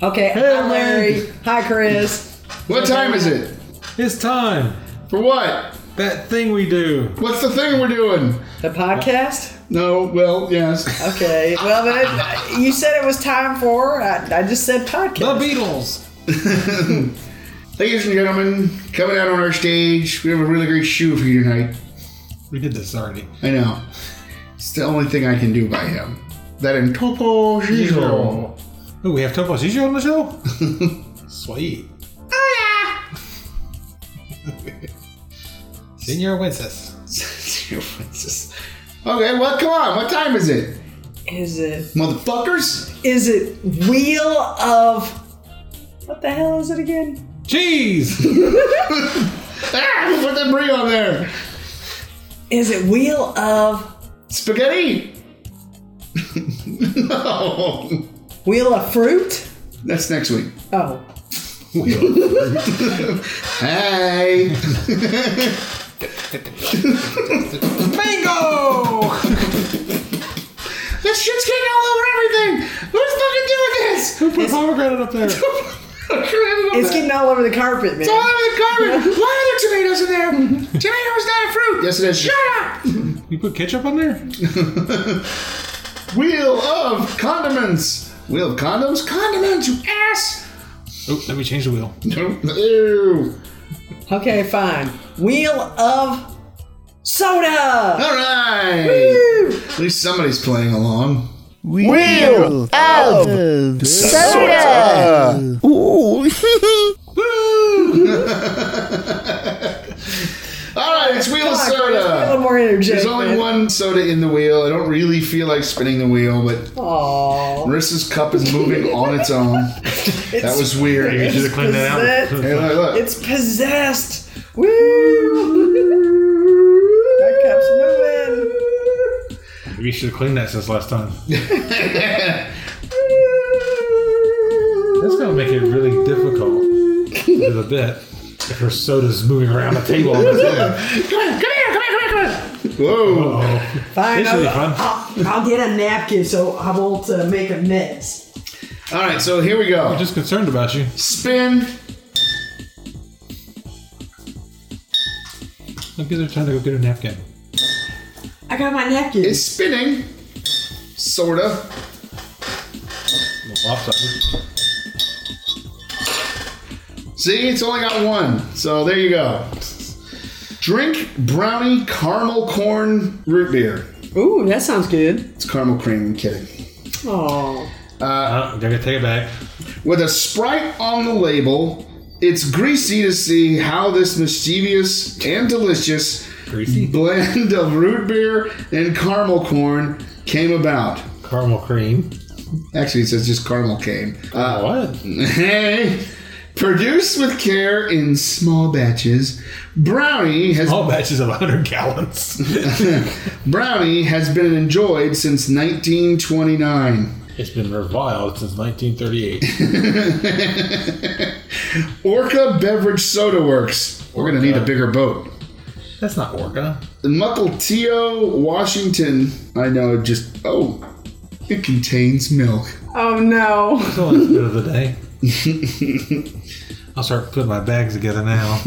D: Okay, hi
C: man.
D: Larry. Hi Chris.
B: What time is it?
C: it's time.
B: For what?
C: That thing we do.
B: What's the thing we're doing?
D: The podcast?
B: No. Well, yes.
D: Okay. Well then you said it was time for I, I just said
C: The
D: podcast.
C: Beatles.
B: Ladies and gentlemen, coming out on our stage, we have a really great shoe for you tonight.
C: We did this already.
B: I know. It's the only thing I can do by him. That and Topo Gigio.
C: Oh, we have Topo Gigio on the show? Sweet.
B: Oh,
C: Senor Wences.
B: okay, well, come on. What time is it?
D: Is it
B: Motherfuckers?
D: is it Wheel of what the hell is it again?
C: Cheese!
B: Ah, who put that brie on there?
D: Is it Wheel of
B: Spaghetti? no.
D: Wheel of Fruit?
B: That's next week.
D: Oh.
B: Hey.
C: Mango!
B: this shit's getting all over everything. Who's fucking doing this?
C: Who put pomegranate up there?
B: Crap on
D: It's
B: that.
D: getting all over the carpet, man.
B: All over the carpet. Why are there tomatoes in there? Tomato's not a fruit. Yes, it is. Shut up.
C: You put ketchup on there?
B: Wheel of condiments. Wheel of condoms. Condiments. You ass.
C: Oh, let me change the wheel.
B: Ew.
D: Okay, fine. Wheel of soda.
B: All right. At least somebody's playing along.
A: Wheel of soda. Ooh.
B: All right, it's wheel of
D: Come on, Chris,
B: soda.
D: get A little more energy.
B: There's only one soda in the wheel. I don't really feel like spinning the wheel,
D: Oh.
B: but
D: Aww.
B: Marissa's cup is moving on its own. That was weird.
C: You
B: Hey,
C: should have cleaned that out.
B: look, look.
D: It's possessed. Woo! that cup's moving.
C: You should have cleaned that since last time. That's gonna make it really difficult with a bit if her soda's moving around the table.
B: Whoa.
C: oh,
D: Fine.
C: this should be
D: I'll,
C: fun.
D: I'll, I'll get a napkin so I won't uh, make a mess.
B: All right, so here we go.
C: I'm just concerned about you.
B: Spin.
C: Don't give her time to go get a napkin.
D: I got my napkin.
B: It's spinning. Sorta.
C: Little lopsided.
B: See, it's only got one. So there you go. Drink brownie caramel corn root beer.
D: Ooh, that sounds good.
B: It's caramel cream. I'm kidding.
D: Oh,
C: Uh, I gotta take it back.
B: With a sprite on the label, it's greasy to see how this mischievous and delicious
C: Greasy
B: blend of root beer and caramel corn came about.
C: caramel cream.
B: Actually, it says just caramel cane. Uh,
C: What?
B: hey, produced with care in small batches, brownie has
C: All batches of 100 gallons.
B: brownie has been enjoyed since 1929.
C: it's been reviled since 1938.
B: Orca Beverage Soda Works. We're gonna need a bigger boat.
C: That's not Orca.
B: Mukilteo, Washington. I know, just oh, it contains milk.
D: oh no.
C: It's the last bit of the day. I'll start putting my bags together now.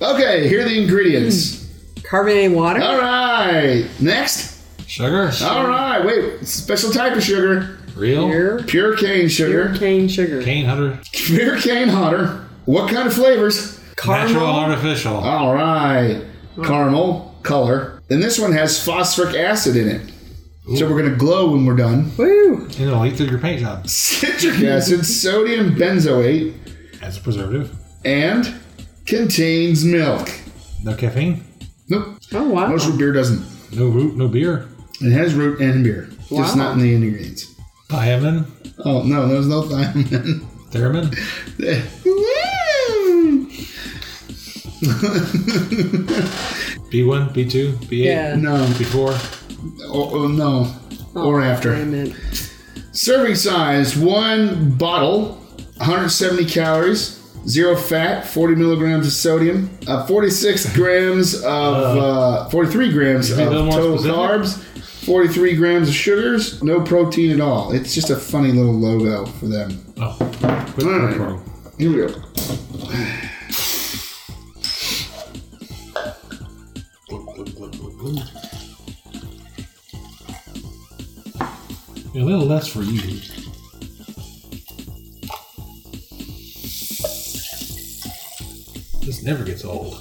B: Okay, here are the ingredients.
D: Carbonated water.
B: All right, next.
C: Sugar,
B: All right, wait, special type of sugar,
C: real,
D: Pure,
B: pure cane
D: pure
B: sugar,
D: cane sugar.
C: cane hunter,
B: pure cane hotter. What kind of flavors?
C: natural and
D: Caramel.
C: artificial.
B: All right, caramel color, and this one has phosphoric acid in it. So we're gonna glow when we're done.
D: Woo.
C: And it'll eat through your paint job
B: Citric acid, sodium benzoate,
C: as a preservative.
B: and contains milk.
C: No caffeine,
B: Nope.
D: Oh wow.
B: Most root beer doesn't.
C: no root, no beer.
B: It has root and beer. Just
D: Wow.
B: not in the ingredients.
C: Thiamine,
B: Oh no, there's no thiamine.
C: theremin. B1, B2, B8,
D: Yeah.
B: no,
C: B4.
B: oh, oh, no, or
D: Wait a
B: after.
D: minute.
B: Serving size: one bottle, 170 calories, zero fat, 40 milligrams of sodium, uh, 46 grams of, uh, 43 grams of
C: be a little more
B: total
C: specific?
B: carbs, 43 grams of sugars, no protein at all. It's just a funny little logo for them.
C: Oh,
B: All right.
C: quit right.
B: Here we go.
C: A little less for you. This never gets old.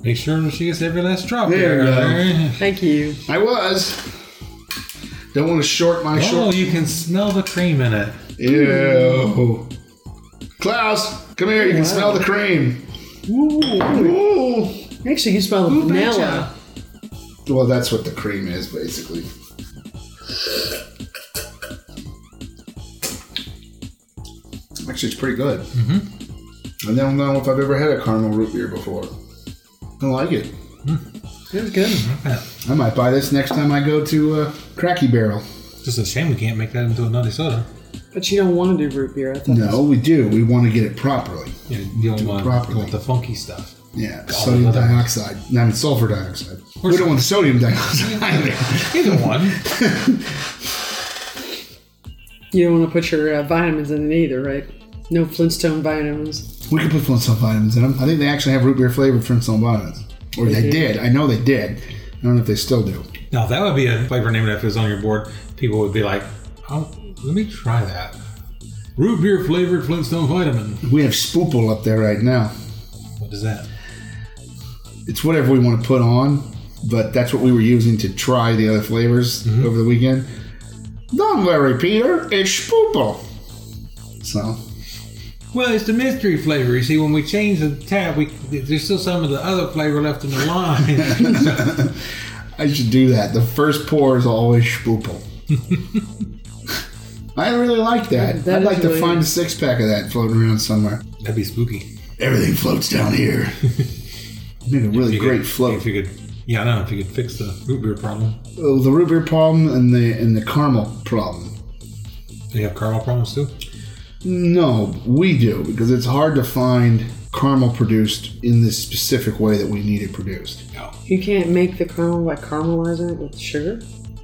C: Make sure she gets every last drop.
B: There you
D: Thank you.
B: I was. Don't want to short my
C: Oh,
B: short.
C: you can smell the cream in it.
B: Ew. Klaus, come here. You can smell the cream. Ooh.
D: Actually, you smell the vanilla.
B: Well, that's what the cream is, basically. Actually, it's pretty good. Mm-hmm. I don't know if I've ever had a caramel root beer before. I like it.
D: It was good.
B: I might buy this next time I go to uh, Cracky Barrel.
C: Just a shame we can't make that into a nutty soda.
D: But you don't want to do root beer. I thought
B: No, we do. We want to get it properly.
C: You, know, you don't want,
B: properly.
C: you want the funky stuff.
B: Yeah, sodium
C: another-
B: dioxide. No, I mean sulfur dioxide. We don't want sodium dioxide.
C: Either one.
D: You don't want to put your uh, vitamins in it either, right? No Flintstone vitamins.
B: We could put Flintstone vitamins in them. I think they actually have root beer flavored Flintstone vitamins. Or they did. I know they did. I don't know if they still do.
C: Now that would be a flavor name that if it was on your board, people would be like, "Oh, let me try that." Root beer flavored Flintstone vitamin.
B: We have Spoople up there right now.
C: What is that?
B: It's whatever we want to put on, but that's what we were using to try the other flavors
D: Mm-hmm.
B: over the weekend. Don't worry, Peter. It's Spoople. So,
C: Well, it's the mystery flavor. You see, when we change the tab, we there's still some of the other flavor left in the line.
B: I should do that. The first pour is always Spoople. I really like that.
D: That
B: I'd
D: is
B: like to
D: really-
B: find a six pack of that floating around somewhere.
C: That'd be spooky.
B: Everything floats down here. Made a really
C: You
B: great
C: could-
B: float.
C: If you could, yeah, I know. If you could fix the root beer problem,
B: Oh, the root beer problem and the and the caramel problem.
C: do you have caramel problems too?
B: No, we do because it's hard to find caramel produced in this specific way that we need it produced.
D: You can't make the caramel by caramelizing it with sugar.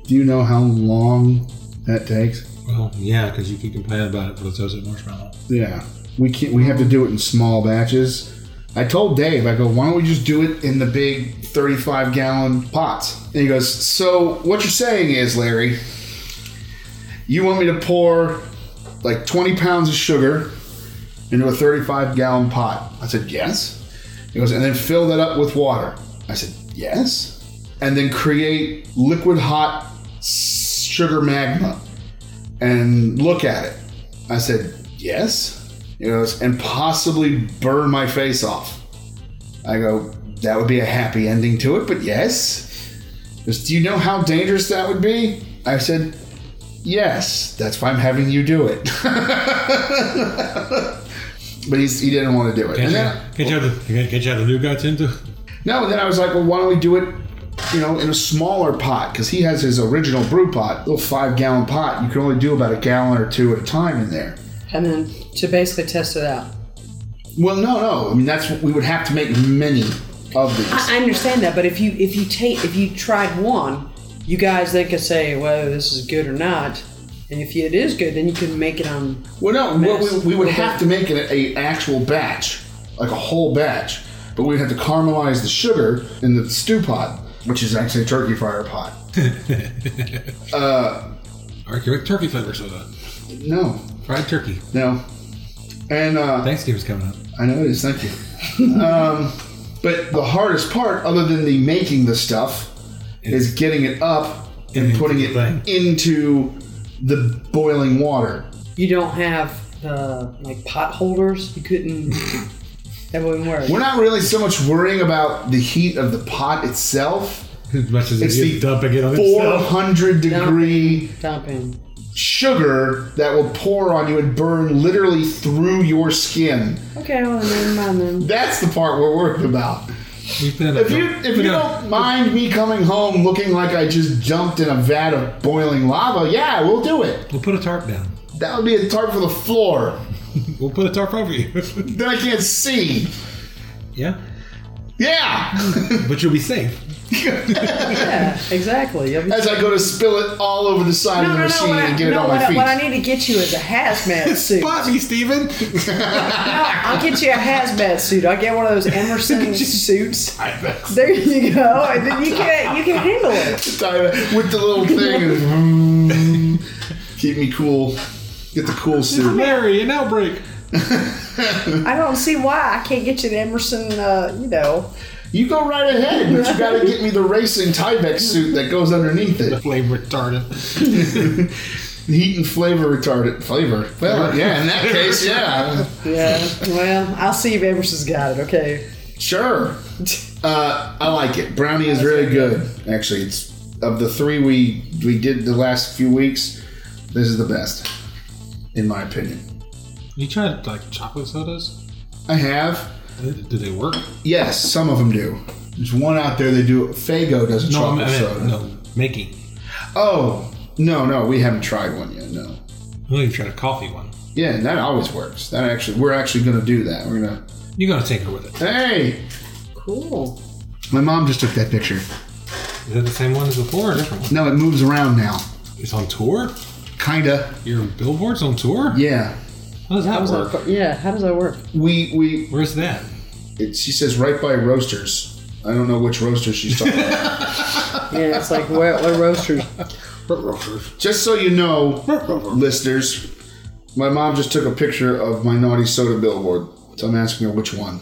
B: Do you know how long that takes?
C: Well, yeah, because you keep complaining about it for the toasted marshmallow.
B: Yeah, we can't. We have to do it in small batches. I told Dave, I go, why don't we just do it in the big 35 gallon pots? And he goes, so what you're saying is, Larry, you want me to pour like 20 pounds of sugar into a 35 gallon pot? I said, yes. He goes, and then fill that up with water. I said, yes. And then create liquid hot s- sugar magma and look at it. I said, yes. He goes, and possibly burn my face off. I go, that would be a happy ending to it, but yes. He goes, do you know how dangerous that would be? I said, yes. That's why I'm having you do it. but he's, he didn't want to do it. And
C: Can't you,
B: then,
C: can't you have the can't you have the new guts into?
B: no, and then I was like, well, why don't we do it, you know, in a smaller pot? Because he has his original brew pot, little five gallon pot. You can only do about a gallon or two at a time in there.
D: And then to basically test it out.
B: Well, no, no. I mean, that's what we would have to make many of these.
D: I, I understand that, but if you if you take if you tried one, you guys then could say whether this is good or not. And if it is good, then you can make it on.
B: well, no, what
D: Mess.
B: we, we would have to make an a actual batch, like a whole batch, but we'd have to caramelize the sugar in the stew pot, which is actually a turkey fryer pot.
C: All right, correct turkey flavor soda,
B: No,
C: fried turkey.
B: no. And uh,
C: Thanksgiving's coming up.
B: I know it is. Thank you. um, but the hardest part, other than the making the stuff, is getting it up and
C: into
B: putting
C: the
B: it
C: thing.
B: into the boiling water.
D: You don't have the like pot holders. You couldn't. that wouldn't work.
B: We're not really so much worrying about the heat of the pot itself.
C: As much as
B: It's
C: it
B: the
C: is dumping it on itself.
B: 400 degree
D: Dumping.
B: sugar that will pour on you and burn literally through your skin.
D: Okay, well then never mind then.
B: That's the part we're worried about.
C: You put it in a
B: If you
C: dump-
B: if
C: put
B: you
C: it in a-
B: don't mind me coming home looking like I just jumped in a vat of boiling lava, yeah, we'll do it.
C: we'll put a tarp down.
B: That would be a tarp for the floor.
C: We'll put a tarp over you.
B: Then I can't see.
C: yeah,
B: Yeah.
C: but you'll be safe.
D: Yeah, exactly. You'll be-
B: As I go to spill it all over the side
D: No,
B: of the
D: no, no.
B: machine
D: What I,
B: and get it
D: no,
B: on
D: what,
B: my
D: I,
B: feet.
D: what I need to get you is a hazmat suit. No,
C: Spot me, Steven.
D: I'll get you a hazmat suit. I'll get one of those Emerson suits. There you go, and then you can you can handle it.
B: Dive- with the little thing. and- keep me cool. Get the cool suit.
C: Mary, an outbreak.
D: I don't see why I can't get you an Emerson. Uh, you know,
B: You go right ahead, but you gotta get me the racing Tyvek suit that goes underneath it.
C: Flame retardant.
B: Heat and flavor retardant. Flavor? Well, yeah, in that case, yeah.
D: yeah. Well, I'll see if Emerson's got it. Okay.
B: Sure. Uh, I like it. Brownie is really good. Actually, it's of the three we we did the last few weeks. This is the best, in my opinion.
C: You tried like chocolate sodas?
B: I have
C: Did did they work?
B: yes, some of them do. There's one out there. They do. Fago does a
C: No, I
B: chocolate
C: mean, I
B: soda.
C: mean no making.
B: Oh no, no, we haven't tried one yet. No.
C: Well, you tried a coffee one.
B: Yeah, and that always works. That actually, we're actually gonna do that. We're gonna.
C: You're gonna take her with it.
B: Hey,
D: Cool.
B: my mom just took that picture.
C: Is that the same one as before or a different one?
B: No, it moves around now.
C: It's on tour.
B: Ki- kinda.
C: Your billboards on tour?
B: Yeah.
C: How does that
D: How's that?
C: work?
D: fu- Yeah. How does that work?
B: We we.
C: Where's that?
B: It, she says right by roasters. I don't know which roasters she's talking about.
D: Yeah, it's like what, what roasters?
B: Just so you know, listeners, my mom just took a picture of my naughty soda billboard. So I'm asking her which one.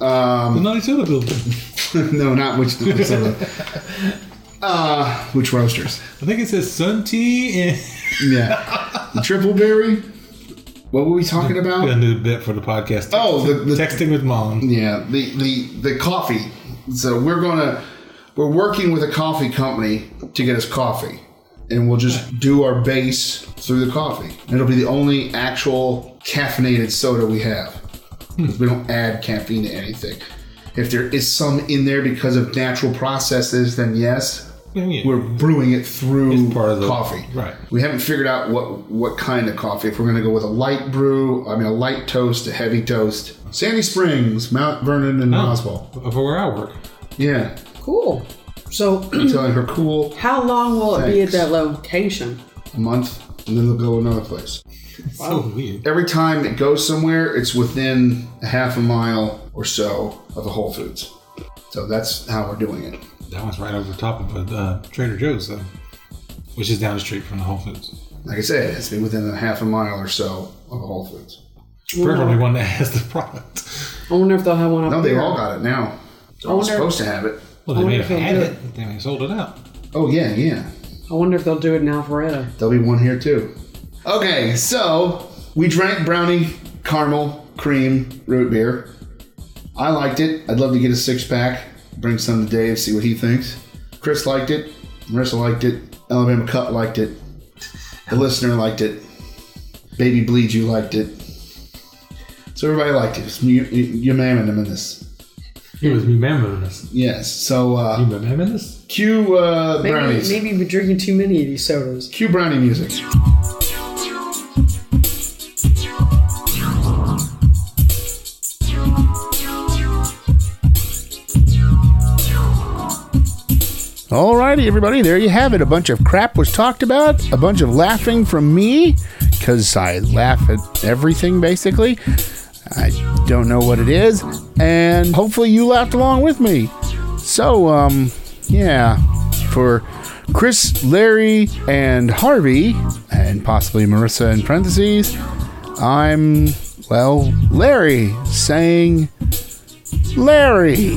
C: The Naughty Soda billboard.
B: no, not which naughty soda. Uh, which roasters?
C: I think it says Sun Tea and.
B: Yeah, the triple berry. What were we talking about?
C: Got a new bit for the podcast.
B: Oh, the, the
C: Texting with mom.
B: Yeah, the the the coffee. So we're gonna we're working with a coffee company to get us coffee, and we'll just do our base through the coffee. It'll be the only actual caffeinated soda we have. 'Cause We don't add caffeine to anything. If there is some in there because of natural processes, then yes,
C: Yeah, yeah.
B: we're brewing it through
C: It's part of the-
B: coffee.
C: right.
B: We haven't figured out what what kind of coffee. If we're going to go with a light brew, I mean a light toast, a heavy toast. Sandy Springs, Mount Vernon,
C: Oh.
B: and Roswell.
C: For where I work.
B: Yeah,
D: Cool. So,
B: I'm telling her cool
D: how long will it be at
B: Thanks.
D: that location?
B: a month, and then they'll go another place.
C: So weird.
B: Every time it goes somewhere, it's within a half a mile or so of the Whole Foods. So that's how we're doing it.
C: That one's right over the top of uh, Trader Joe's, though, which is down the street from the Whole Foods.
B: Like I said, it's been within a half a mile or so of the Whole Foods.
C: Preferably one that has the product.
D: I wonder if they'll have one up
B: No,
D: there.
B: they all got it now. They're
D: I
B: all
D: wonder-
B: supposed to have it.
C: Well, they
D: I
C: may
D: wonder
C: have
D: if
C: had
D: they'll do
C: it. They may have sold it out.
B: Oh yeah, yeah.
D: I wonder if they'll do it in Alpharetta.
B: There'll be one here too. Okay, so we drank brownie caramel cream root beer. I liked it. I'd love to get a six pack. Bring some to Dave, see what he thinks. Chris liked it. Marissa liked it. Alabama Cut liked it. The listener liked it. Baby Bleed You liked it. So everybody liked it. It's you, you, you mammon them in this.
C: It was memominous.
B: Yes. So uh,
C: Memominous?
B: cue uh,
D: Maybe,
B: brownies.
D: maybe you've been drinking too many of these sodas.
B: Cue brownie music.
F: Alrighty, everybody, there you have it. A bunch of crap was talked about, a bunch of laughing from me, because I laugh at everything basically. I don't know what it is, and hopefully you laughed along with me. So, um, yeah, for Chris, Larry, and Harvey, and possibly Marissa in parentheses, I'm, well, Larry saying, Larry.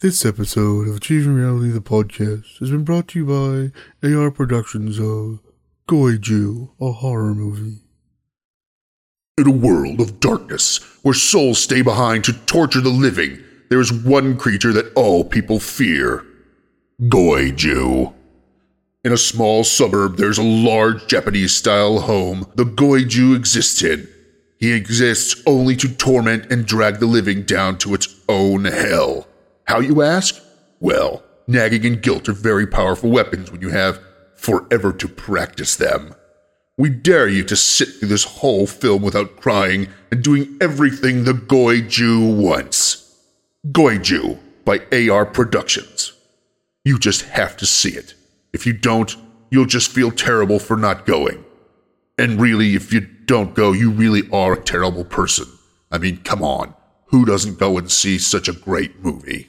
G: This episode of Achieving Reality the Podcast has been brought to you by AR Productions of Goiju, a horror movie.
H: In a world of darkness, where souls stay behind to torture the living, there is one creature that all people fear Goiju. In a small suburb, there's a large Japanese style home the Goiju exists in. He exists only to torment and drag the living down to its own hell. How, you ask? Well, nagging and guilt are very powerful weapons when you have forever to practice them. We dare you to sit through this whole film without crying and doing everything the Goy Jew wants. Goy Jew by AR Productions. You just have to see it. If you don't, you'll just feel terrible for not going. And really, if you don't go, you really are a terrible person. I mean, come on. Who doesn't go and see such a great movie?